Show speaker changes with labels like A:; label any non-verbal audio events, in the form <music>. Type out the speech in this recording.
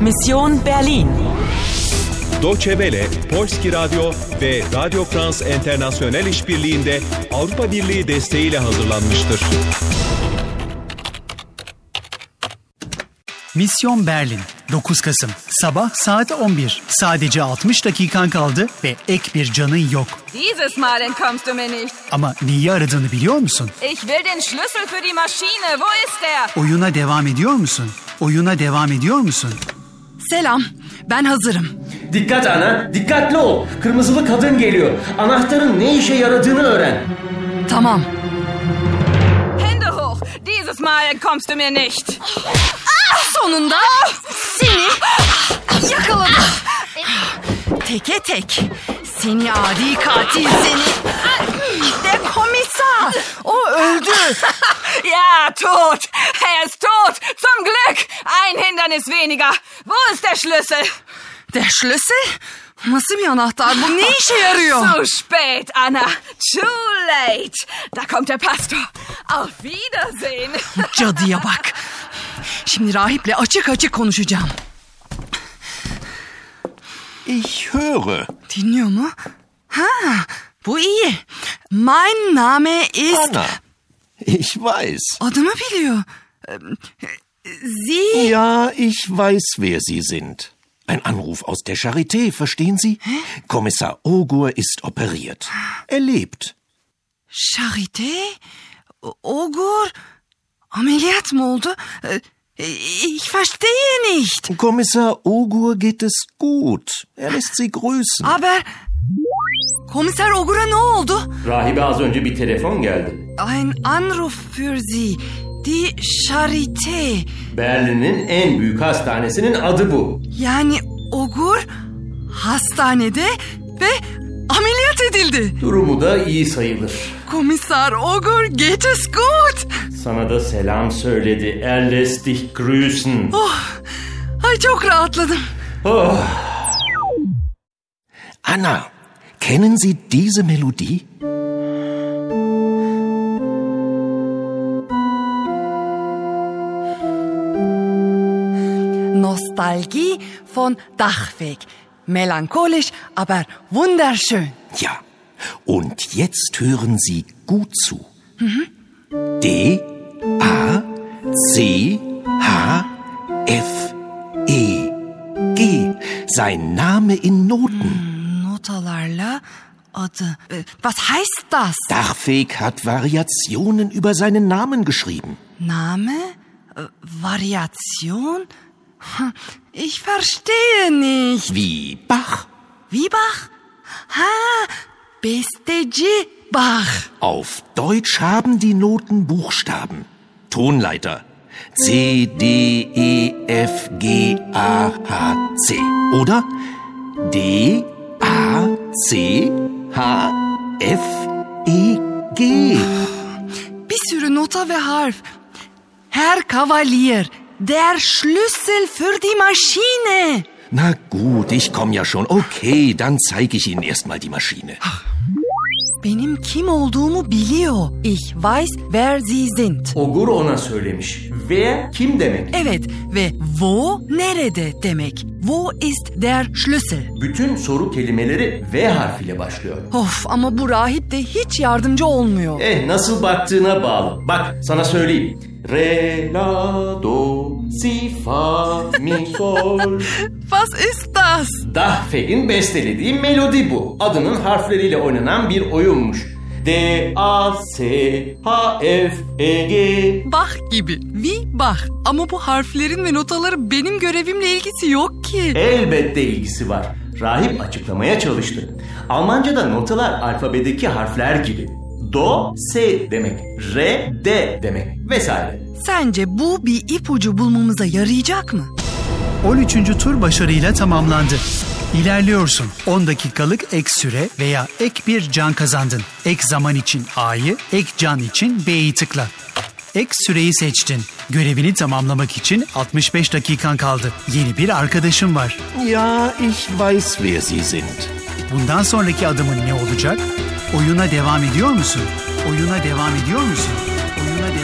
A: Mission Berlin.
B: Deutsche Welle, Polski Radyo ve Radio France International işbirliğinde Avrupa Birliği desteğiyle hazırlanmıştır.
C: Misyon Berlin 9 Kasım sabah saat 11. Sadece 60 dakikan kaldı ve ek bir canın yok.
D: Dieses Mal entkommst du mir nicht.
C: Ama neyi aradığını biliyor musun?
D: Ich will den Schlüssel für die Maschine. Wo ist der?
C: Oyuna devam ediyor musun? Oyuna devam ediyor musun?
E: Selam, ben hazırım.
F: Dikkat ana, dikkatli ol. Kırmızılı kadın geliyor. Anahtarın ne işe yaradığını öğren.
E: Tamam.
D: Hände hoch. Dieses Mal entkommst du mir nicht.
E: Sonunda seni yakaladım. Teke tek. Seni adi katil seni. Der Kommissar. O öldü.
D: <laughs> Ja, tot. Er ist tot. Zum Glück. Ein Hindernis weniger. Wo ist der Schlüssel?
E: Der Schlüssel? Nasıl bir anahtar bu? Ne işe <laughs> yarıyor?
D: Zu spät, Anna. Too late. Da kommt der Pastor. Auf Wiedersehen.
E: Cadıya bak. Şimdi rahiple açık açık konuşacağım.
G: Ich höre.
E: Dinliyor mu? Ha, bu iyi. Mein Name ist...
G: Anna. Ich weiß.
E: Adımı biliyor. Ee, Sie...
G: Ja, ich weiß, wer Sie sind. Ein Anruf aus der Charité, verstehen Sie? Kommissar Ogur ist operiert. Er lebt.
E: Charité? Ogur? Ameliyat mı oldu? Ee, Ich verstehe nicht.
G: Kommissar Ogur geht es gut. Er lässt Sie grüßen.
E: Aber... Komiser Ogur'a ne oldu?
F: Rahibe az önce bir telefon geldi.
E: Ein Anruf für Sie. Die Charité.
F: Berlin'in en büyük hastanesinin adı bu.
E: Yani Ogur hastanede ve ameliyat edildi.
F: Durumu da iyi sayılır.
E: Komiser Ogur geht es gut.
F: Sana da selam söyledi. Er lässt dich grüßen.
E: Ay çok rahatladım.
F: Oh,
G: Anna, kennen Sie diese Melodie?
E: Nostalgie von Dachweg. Melancholisch, aber wunderschön.
G: Ja. Und jetzt hören Sie gut zu. D A C H F E G. Sein Name in Noten.
E: Notalarla adı. Ee, Was heißt das?
G: Dachfeg hat Variationen über seinen Namen geschrieben.
E: Name? Ee, Variation? Hm, Ich verstehe nicht.
G: Wie Bach.
E: Wie Bach? Ha, besteci Bach.
G: Auf Deutsch haben die Noten Buchstaben. Tonleiter. C, D, E, F, G, A, H, C. Oder? D, A, C, H, F, E, G.
E: Bir sürü nota ve harf. Herr Kavalier, der Schlüssel für die Maschine.
G: Na gut, ich komm ja schon. Okay, dann zeige ich Ihnen erstmal die Maschine.
E: Benim kim olduğumu biliyor. Ich weiß, wer Sie sind.
F: Ogur ona söylemiş. Ve kim demek?
E: Evet ve wo nerede demek. Wo ist der Schlüssel?
F: Bütün soru kelimeleri V harfiyle başlıyor.
E: Of ama bu rahip de hiç yardımcı olmuyor.
F: Eh nasıl baktığına bağlı. Bak sana söyleyeyim. Re, la, do, si, fa, mi, sol.
E: Was ist das?
F: Dahfeg'in bestelediği melodi bu. Adının harfleriyle oynanan bir oyunmuş. D, A, S, H, F, E, G.
E: Bach gibi. Wie Bach. Ama bu harflerin ve notaların benim görevimle ilgisi yok ki.
F: Elbette ilgisi var. Rahip açıklamaya çalıştı. Almanca'da notalar alfabedeki harfler gibi. Do, S demek. Re, D demek. Vesaire.
E: Sence bu bir ipucu bulmamıza yarayacak mı?
C: 13. tur başarıyla tamamlandı. İlerliyorsun. 10 dakikalık ek süre veya ek bir can kazandın. Ek zaman için A'yı, ek can için B'yi tıkla. Ek süreyi seçtin. Görevini tamamlamak için 65 dakikan kaldı. Yeni bir arkadaşın var.
G: Ja, ich weiß, wer Sie sind.
C: Bundan sonraki adımın ne olacak? Oyuna devam ediyor musun? Oyuna devam ediyor musun? Oyuna devam